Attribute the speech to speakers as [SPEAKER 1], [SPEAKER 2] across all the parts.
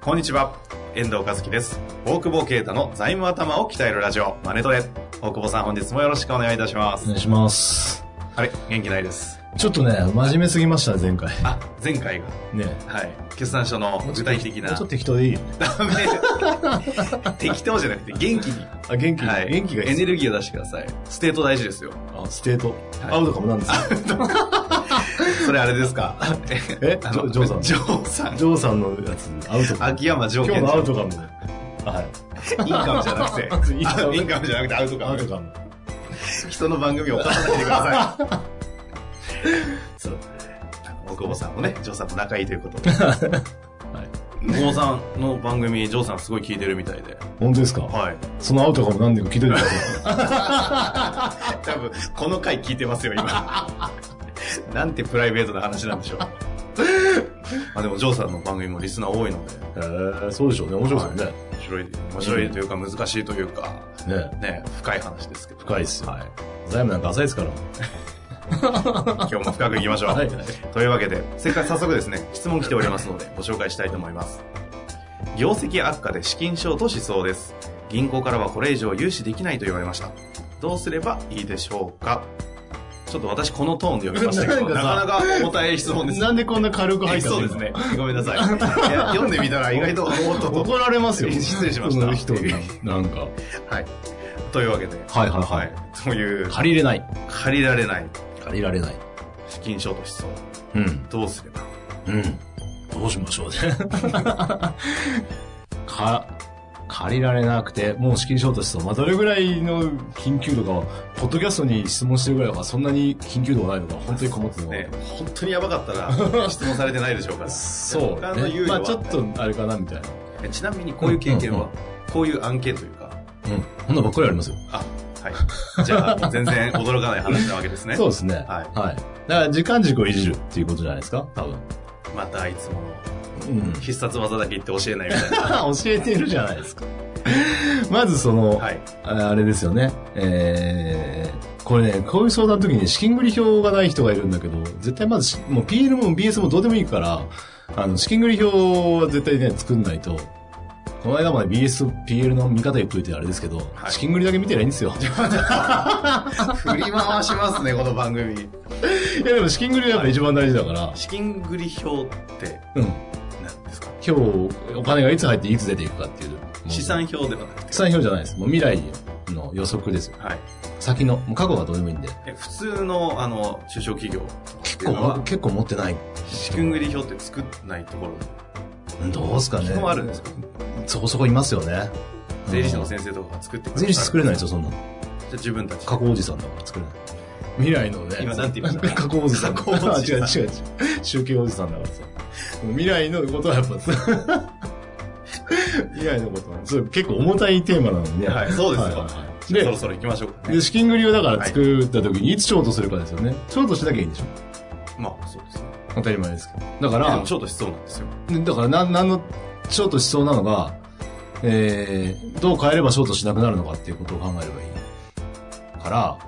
[SPEAKER 1] こんにちは、遠藤和樹です。大久保啓太の財務頭を鍛えるラジオ、マネトレ。大久保さん、本日もよろしくお願いいたしま
[SPEAKER 2] お
[SPEAKER 1] す。
[SPEAKER 2] 願いします。
[SPEAKER 1] あれ、元気ないです。
[SPEAKER 2] ちょっとね、真面目すぎましたね、前回。
[SPEAKER 1] あ、前回が、
[SPEAKER 2] ね。
[SPEAKER 1] はい、決算書の具体的
[SPEAKER 2] も
[SPEAKER 1] な
[SPEAKER 2] うちょっと。適当でいいよね。
[SPEAKER 1] ダメ 適当じゃなくて、元気に。
[SPEAKER 2] あ、元気、
[SPEAKER 1] はい、
[SPEAKER 2] 元気がいい
[SPEAKER 1] エ
[SPEAKER 2] です
[SPEAKER 1] ネルギーを出してください。ステート大事ですよ。
[SPEAKER 2] あ、ステート。アウトかもなんですよ。
[SPEAKER 1] それあれですか
[SPEAKER 2] え
[SPEAKER 1] あ
[SPEAKER 2] ジョ
[SPEAKER 1] の
[SPEAKER 2] ジョーさん。
[SPEAKER 1] ジョーさん。
[SPEAKER 2] ジョーさんのやつ、アウトかも。
[SPEAKER 1] 秋山ジョー
[SPEAKER 2] 今
[SPEAKER 1] ケ
[SPEAKER 2] 日
[SPEAKER 1] ン
[SPEAKER 2] のアウ
[SPEAKER 1] ジ
[SPEAKER 2] トかも。は
[SPEAKER 1] ョーインカムじゃなくて
[SPEAKER 2] インカ ム
[SPEAKER 1] あインカムじゃなくてアウト
[SPEAKER 2] い。
[SPEAKER 1] カ
[SPEAKER 2] アウト
[SPEAKER 1] ム
[SPEAKER 2] かも。
[SPEAKER 1] 人の番組を犯さないでください
[SPEAKER 2] そう。
[SPEAKER 1] 大久保さんもね、ジョーさんも仲いいということで。はい。久保さんの番組、ジョーさんすごい聞いてるみたいで。
[SPEAKER 2] 本当ですか
[SPEAKER 1] はい。
[SPEAKER 2] そのアウトかも何でも聞いといてください。
[SPEAKER 1] 多分、この回聞いてますよ、今。 なんてプライベートな話なんでしょう。 まあでも、ジョーさんの番組もリスナー多いので、
[SPEAKER 2] えー、そうでしょうね。面白いですよ
[SPEAKER 1] 面白い、面白いというか難しいというか、
[SPEAKER 2] ね。ね。
[SPEAKER 1] ね、深い話ですけど。
[SPEAKER 2] 深いっすよ
[SPEAKER 1] はい。
[SPEAKER 2] 財務なんか浅いですから。
[SPEAKER 1] 今日も深くいきましょう。
[SPEAKER 2] はい。
[SPEAKER 1] というわけで、せっかく早速ですね、質問来ておりますので、ご紹介したいと思います。業績悪化で資金ショートしそうです。銀行からはこれ以上融資できないと言われました。どうすればいいでしょうかちょっと私このトーンで読みましたけど、な
[SPEAKER 2] なん
[SPEAKER 1] か
[SPEAKER 2] か
[SPEAKER 1] なか重たい質問です。
[SPEAKER 2] なんでこんな軽く入った
[SPEAKER 1] そ
[SPEAKER 2] ん
[SPEAKER 1] うです。ね。ごめんなさ い。いや読んでみたら意外と、おっとっと
[SPEAKER 2] 怒られますよ。
[SPEAKER 1] 失礼しました
[SPEAKER 2] この人なんか。はい
[SPEAKER 1] はい。というわけで、
[SPEAKER 2] はいは
[SPEAKER 1] はい。という、
[SPEAKER 2] 借りれない。
[SPEAKER 1] 借りられない
[SPEAKER 2] 借りられない。
[SPEAKER 1] 資金ショートしそう。
[SPEAKER 2] うん。
[SPEAKER 1] どうすれば
[SPEAKER 2] うん。どうしましょうね。 か、借りられなくて、もう資金ショートしそう。まあ、どれぐらいの緊急度かは、ポッドキャストに質問してるぐらいは、そんなに緊急度がないのか、本当に困ってるの
[SPEAKER 1] ね
[SPEAKER 2] か。、
[SPEAKER 1] 本当にやばかった ら、質問されてないでしょうから。
[SPEAKER 2] そう、
[SPEAKER 1] 他の猶予
[SPEAKER 2] ね。
[SPEAKER 1] は
[SPEAKER 2] まあ、ちょっと、あれかな、みたいな。
[SPEAKER 1] えちなみにこういう経験は、こういう案件というか、
[SPEAKER 2] うん。こんなばっかりありますよ。
[SPEAKER 1] はい。じゃあ、もう全然驚かない話なわけですね。
[SPEAKER 2] そうですね。
[SPEAKER 1] は
[SPEAKER 2] はい。だから、時間軸をいじるっていうことじゃないですか、多分。
[SPEAKER 1] またあいつもの
[SPEAKER 2] うん。
[SPEAKER 1] 必殺技だけ言って教えないみたいな。
[SPEAKER 2] 教えてるじゃないですか。まず、その、
[SPEAKER 1] はい。
[SPEAKER 2] ああれですよね。えー、これね、こういう相談の時に資金繰り表がない人がいるんだけど、絶対まずし、もう PL も BS もどうでもいいから、あの、資金繰り表は絶対ね、作んないと、この間まで BS、PL の見方言っといてあれですけど、
[SPEAKER 1] はい
[SPEAKER 2] 資金繰りだけ見てりゃいいんですよ。
[SPEAKER 1] 振り回しますね、この番組。
[SPEAKER 2] いやでも資金繰りはやっぱ一番大事だから、
[SPEAKER 1] 資金繰り表って
[SPEAKER 2] うん。
[SPEAKER 1] 何ですか
[SPEAKER 2] 今日、お金がいつ入っていつ出ていくかっていう。
[SPEAKER 1] 資産表ではなくて。
[SPEAKER 2] 資産表じゃないです。もう未来の予測ですよ。
[SPEAKER 1] はい。
[SPEAKER 2] 先の、もう過去はどうでもいいんで。
[SPEAKER 1] え普通の、あの、中小企業って
[SPEAKER 2] 結
[SPEAKER 1] いうの
[SPEAKER 2] 構、
[SPEAKER 1] は、
[SPEAKER 2] 結構持ってない。
[SPEAKER 1] 資金繰り表って作んないところ、
[SPEAKER 2] どうですかね。
[SPEAKER 1] 基本あるんですか
[SPEAKER 2] そこそこいますよね。
[SPEAKER 1] 税理士の先生とかが作ってくれ
[SPEAKER 2] うん税理士作れないですよ、そんなの。
[SPEAKER 1] じゃあ自分たち。
[SPEAKER 2] 加工おじさんだから作れない。未来のね。
[SPEAKER 1] 今なんて言いました
[SPEAKER 2] 加工おじさん。
[SPEAKER 1] 加工おじさん
[SPEAKER 2] あ違う違う違う。宗教おじさんだからさ。未来のことはやっぱさ。 未来のことは、そう結構重たいテーマなのにね。
[SPEAKER 1] はい、そうですよ
[SPEAKER 2] はいはいは。い
[SPEAKER 1] じゃあ
[SPEAKER 2] で
[SPEAKER 1] そろそろ行きましょうかね
[SPEAKER 2] で、。資金繰りをだから作った時にいつショートするかですよね。ショートしなきゃいいんでしょ
[SPEAKER 1] まあ、そうですね。
[SPEAKER 2] 当たり前ですけど。だか
[SPEAKER 1] で
[SPEAKER 2] ら
[SPEAKER 1] も、ちょっとしそうなんですよ。
[SPEAKER 2] でだから、なん、なんの、ショートしそうなのが、えー、どう変えればショートしなくなるのかっていうことを考えればいい。から、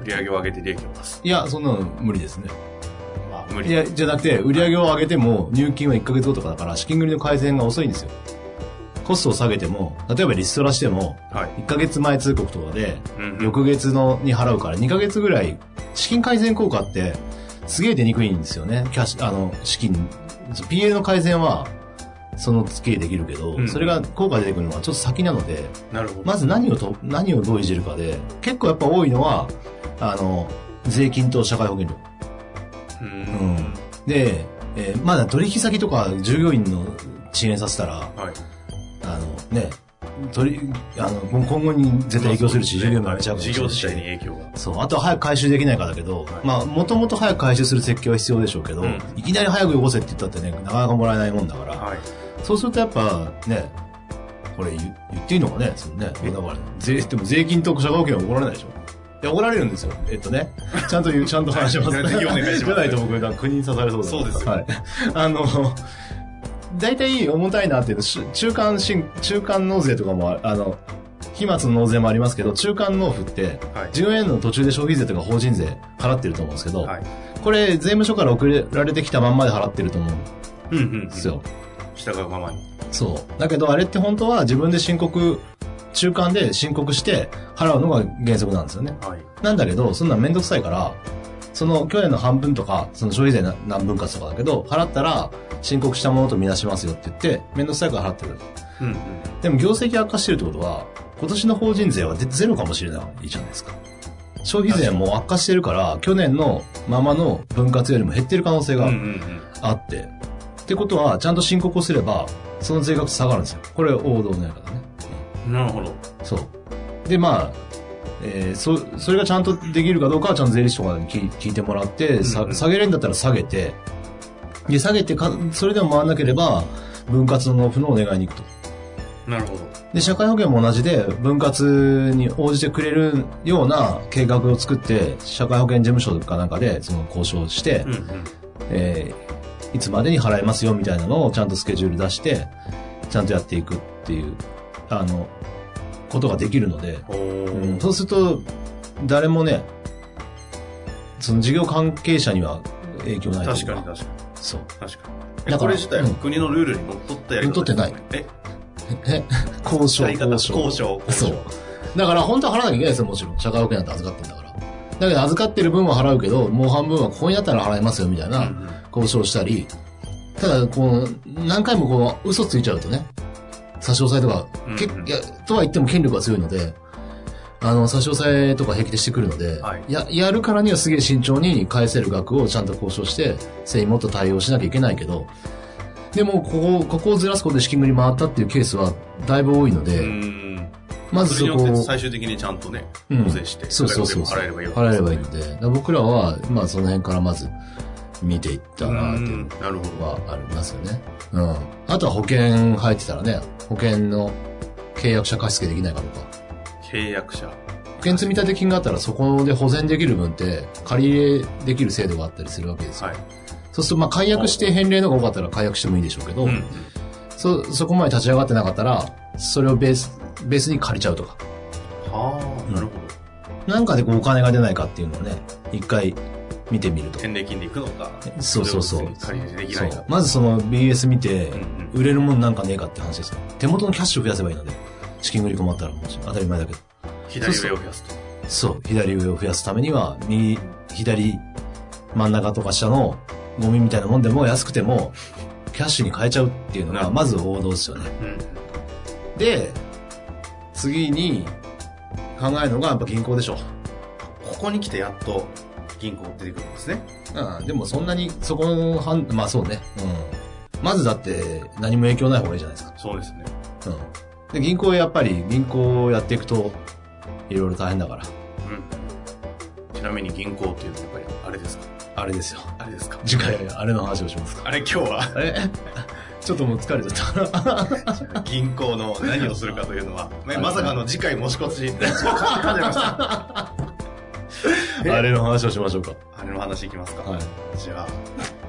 [SPEAKER 1] 売り上げを上げて利益を出す。
[SPEAKER 2] いや、そんなの無理ですね。
[SPEAKER 1] まあ、無
[SPEAKER 2] い
[SPEAKER 1] 理。
[SPEAKER 2] や、じゃなくて、売り上げを上げても、入金は1ヶ月後とかだから、資金繰りの改善が遅いんですよ。コストを下げても、例えばリストラしても、
[SPEAKER 1] はい。
[SPEAKER 2] 1ヶ月前通告とかで、
[SPEAKER 1] うんうん
[SPEAKER 2] 翌月のに払うから、2ヶ月ぐらい、資金改善効果って、すげえ出にくいんですよね。キャッシュ、あの、資金、PA の改善は、その月でできるけど、
[SPEAKER 1] うん
[SPEAKER 2] それが効果出てくるのはちょっと先なので、
[SPEAKER 1] なるほど。
[SPEAKER 2] まず何をと、何をどういじるかで、結構やっぱ多いのは、あの、税金と社会保険料。
[SPEAKER 1] う。
[SPEAKER 2] うんん。で、えーまだ取引先とか従業員の遅延させたら、
[SPEAKER 1] はい。
[SPEAKER 2] あのね、取り、あの、もう今後に絶対影響するし、授業もやめちゃうかもし
[SPEAKER 1] 事
[SPEAKER 2] れ
[SPEAKER 1] 業
[SPEAKER 2] ない
[SPEAKER 1] 自
[SPEAKER 2] し
[SPEAKER 1] 体に影響が。
[SPEAKER 2] そう。あとは早く回収できないかだけど、
[SPEAKER 1] はい
[SPEAKER 2] まあ、もともと早く回収する設計は必要でしょうけど、
[SPEAKER 1] うん
[SPEAKER 2] いきなり早くよこせって言ったってね、なかなかもらえないもんだから、
[SPEAKER 1] はい。
[SPEAKER 2] そうするとやっぱね、これ言言っていいのかね、そのね、だから税、でも税金と社会保険は怒られないでしょ。いや、怒られるんですよ。えっとね、ちゃんと言う、ちゃんと話します。
[SPEAKER 1] ぜひお願いします
[SPEAKER 2] じゃないと僕、なんか国に刺されそうだ
[SPEAKER 1] そうですよ
[SPEAKER 2] はい。あの、大体重たいなっていうと、し中間新、中間納税とかもあ、あの、飛沫の納税もありますけど、中間納付って、
[SPEAKER 1] はい。
[SPEAKER 2] 14円の途中で消費税とか法人税払ってると思うんですけど、
[SPEAKER 1] はい。
[SPEAKER 2] これ税務署から送られてきたまんまで払ってると思うん
[SPEAKER 1] うんうんうん。
[SPEAKER 2] ですよ。
[SPEAKER 1] 従うままに。
[SPEAKER 2] そう。だけど、あれって本当は自分で申告、中間で申告して払うのが原則なんですよね。
[SPEAKER 1] はい。
[SPEAKER 2] なんだけど、そんなんめんどくさいから、その去年の半分とか、その消費税な何分割とかだけど、払ったら申告したものとみなしますよって言って、めんどくさいから払ってる。
[SPEAKER 1] うんうん。
[SPEAKER 2] でも業績悪化してるってことは、今年の法人税はでゼロかもしれないじゃないですか。消費税も悪化してるから、去年のままの分割よりも減ってる可能性
[SPEAKER 1] うん
[SPEAKER 2] が
[SPEAKER 1] うんうん。
[SPEAKER 2] あって。ってことは、ちゃんと申告をすれば、その税額下がるんですよ。これ王道のやり方ね。
[SPEAKER 1] なるほど。
[SPEAKER 2] そう。で、まあ、えーそ、それがちゃんとできるかどうかは、ちゃんと税理士とかに聞い聞いてもらって、
[SPEAKER 1] うんう
[SPEAKER 2] さ
[SPEAKER 1] ん
[SPEAKER 2] 下げれるんだったら下げて、で、下げてか、それでも回らなければ、分割の納付のお願いに行くと。
[SPEAKER 1] なるほど。
[SPEAKER 2] で、社会保険も同じで、分割に応じてくれるような計画を作って、社会保険事務所かなんかで、その交渉して、
[SPEAKER 1] うんうん。
[SPEAKER 2] えーいつまでに払えますよみたいなのをちゃんとスケジュール出して、ちゃんとやっていくっていう、あの、ことができるので、
[SPEAKER 1] お
[SPEAKER 2] うん
[SPEAKER 1] ー。
[SPEAKER 2] そうすると、誰もね、その事業関係者には影響ないとい
[SPEAKER 1] 確か
[SPEAKER 2] う
[SPEAKER 1] に確かに。
[SPEAKER 2] そう。
[SPEAKER 1] 確か
[SPEAKER 2] だか
[SPEAKER 1] に。
[SPEAKER 2] ら
[SPEAKER 1] これ自体は
[SPEAKER 2] うん
[SPEAKER 1] 国のルールにのっとったやり方ですね
[SPEAKER 2] のっとっ
[SPEAKER 1] え
[SPEAKER 2] え、交渉、
[SPEAKER 1] やり方
[SPEAKER 2] 交
[SPEAKER 1] 交
[SPEAKER 2] 渉。
[SPEAKER 1] 渉。
[SPEAKER 2] そ
[SPEAKER 1] 交
[SPEAKER 2] う
[SPEAKER 1] 渉。。
[SPEAKER 2] だから本当は払わなきゃいけないですよ、もちろん。社会保険なんて預かってんだから。だけど預かってる分は払うけど、もう半分はここになったら払いますよ、みたいな。
[SPEAKER 1] うんうん
[SPEAKER 2] 交渉したり、ただ、この、何回もこの嘘ついちゃうとね、差し押さえとか、け
[SPEAKER 1] うんうん
[SPEAKER 2] いやとは言っても権力が強いので、あの、差し押さえとか平気でしてくるので、
[SPEAKER 1] はい
[SPEAKER 2] や、やるからにはすげえ慎重に返せる額をちゃんと交渉して、誠意もっと対応しなきゃいけないけど、でも、ここ、ここをずらすことで資金繰り回ったっていうケースはだいぶ多いので、
[SPEAKER 1] うん。
[SPEAKER 2] まず
[SPEAKER 1] それ
[SPEAKER 2] そ
[SPEAKER 1] に
[SPEAKER 2] こ
[SPEAKER 1] よって
[SPEAKER 2] を
[SPEAKER 1] 最終的にちゃんとね、
[SPEAKER 2] うん
[SPEAKER 1] 納税して、
[SPEAKER 2] そうそうそう
[SPEAKER 1] それを払えればいいわけ
[SPEAKER 2] 払えればいい
[SPEAKER 1] です
[SPEAKER 2] ので、だから僕らは、まあその辺からまず見ていった
[SPEAKER 1] ね
[SPEAKER 2] なっていう
[SPEAKER 1] うんなるほど。
[SPEAKER 2] はありますよね。うん。あとは保険入ってたらね、保険の契約者貸付できないかとか。
[SPEAKER 1] 契約者。
[SPEAKER 2] 保険積立金があったらそこで保全できる分って借り入れできる制度があったりするわけですよ。
[SPEAKER 1] はい。
[SPEAKER 2] そうするとまあ解約して返礼のが多かったら解約してもいいでしょうけど、
[SPEAKER 1] うん。
[SPEAKER 2] そ、そこまで立ち上がってなかったら、それをベース、ベースに借りちゃうとか。
[SPEAKER 1] はあ、なるほど。
[SPEAKER 2] なんかでこうお金が出ないかっていうのをね、一回見てみると。
[SPEAKER 1] 返礼金でいくのか。
[SPEAKER 2] そうそうそう
[SPEAKER 1] れを別に借り入れできない
[SPEAKER 2] そう
[SPEAKER 1] か。
[SPEAKER 2] まずその BS 見て、
[SPEAKER 1] うんうん
[SPEAKER 2] 売れるもんなんかねえかって話ですよ手元のキャッシュを増やせばいいので資金繰り困ったらもちろん当たり前だけど
[SPEAKER 1] 左上を増やすと。
[SPEAKER 2] そう左上を増やすためには右左真ん中とか下のゴミみたいなもんでも安くてもキャッシュに変えちゃうっていうの
[SPEAKER 1] なる
[SPEAKER 2] が
[SPEAKER 1] ほ
[SPEAKER 2] まず王道ですよね
[SPEAKER 1] うん。
[SPEAKER 2] で次に考えるのがやっぱ銀行でしょ
[SPEAKER 1] ここに来てやっと銀行出てくるんですね。
[SPEAKER 2] うんでもそんなにそこの判まあそうねうんまずだって何も影響ない方がいいじゃないですか
[SPEAKER 1] そうですね。
[SPEAKER 2] うん。で、銀行やっぱり、銀行をやっていくと、いろいろ大変だから、
[SPEAKER 1] うん。ちなみに銀行っていうとやっぱり、あれですか
[SPEAKER 2] あれですよ。
[SPEAKER 1] あれですか
[SPEAKER 2] 次回、あれの話をしますか。
[SPEAKER 1] あれ今日は
[SPEAKER 2] あれちょっともう疲れちゃった。
[SPEAKER 1] 銀行の何をするかというのは、まあまさかの次回持ち越 し。あえ
[SPEAKER 2] あれの話をしましょうか。
[SPEAKER 1] れの話いきますか。
[SPEAKER 2] はい。
[SPEAKER 1] じゃあ、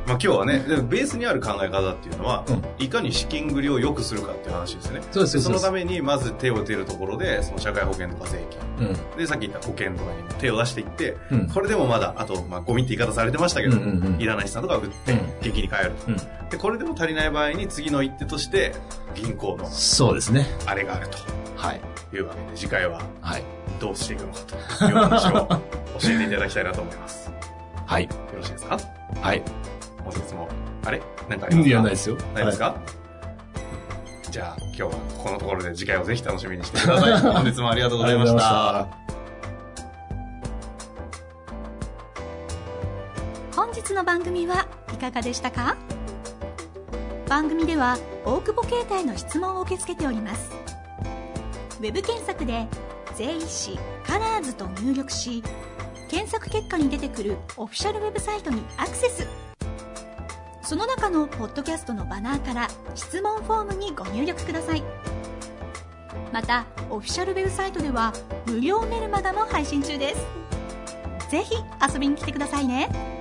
[SPEAKER 1] まあ今日はね、でもベースにある考え方っていうのは、
[SPEAKER 2] うん
[SPEAKER 1] いかに資金繰りを良くするかっていう話ですね。
[SPEAKER 2] そうです、
[SPEAKER 1] でそ
[SPEAKER 2] そう
[SPEAKER 1] の
[SPEAKER 2] で
[SPEAKER 1] た
[SPEAKER 2] す。
[SPEAKER 1] めにまず手を打てるところで、その社会保険とか税
[SPEAKER 2] うん。
[SPEAKER 1] 金、で、さっき言った保険とかにも手を出していって、
[SPEAKER 2] うん。
[SPEAKER 1] これでもまだ、あと、まあ、ゴミって言い方されてましたけど、
[SPEAKER 2] うんうんうん
[SPEAKER 1] いらない資産とか売って
[SPEAKER 2] うん、
[SPEAKER 1] 劇に変えると、
[SPEAKER 2] うん
[SPEAKER 1] で、これでも足りない場合に次の一手として、銀行の
[SPEAKER 2] そうですね。
[SPEAKER 1] あれがある
[SPEAKER 2] はい。
[SPEAKER 1] というわけで、次回は
[SPEAKER 2] はい。
[SPEAKER 1] どうしていくのかという話を教えていただきたいなと思います。よ
[SPEAKER 2] はい。
[SPEAKER 1] ろしいですか
[SPEAKER 2] はい。
[SPEAKER 1] 本日も、あれなんかありますか
[SPEAKER 2] やんないですよ。
[SPEAKER 1] ないですか、じゃあ、今日はこのところで次回をぜひ楽しみにしてくだ さい。本日もありがとうございま
[SPEAKER 2] あり
[SPEAKER 1] した
[SPEAKER 2] がとうございま。
[SPEAKER 3] 本日の番組はいかがでしたか番組では大久保携帯の質問を受け付けておりますウェブ検索で「税理士カラーズと入力し検索結果に出てくるオフィシャルウェブサイトにアクセスその中のポッドキャストのバナーから質問フォームにご入力くださいまたオフィシャルウェブサイトでは無料メルマガも配信中ですぜひ遊びに来てくださいね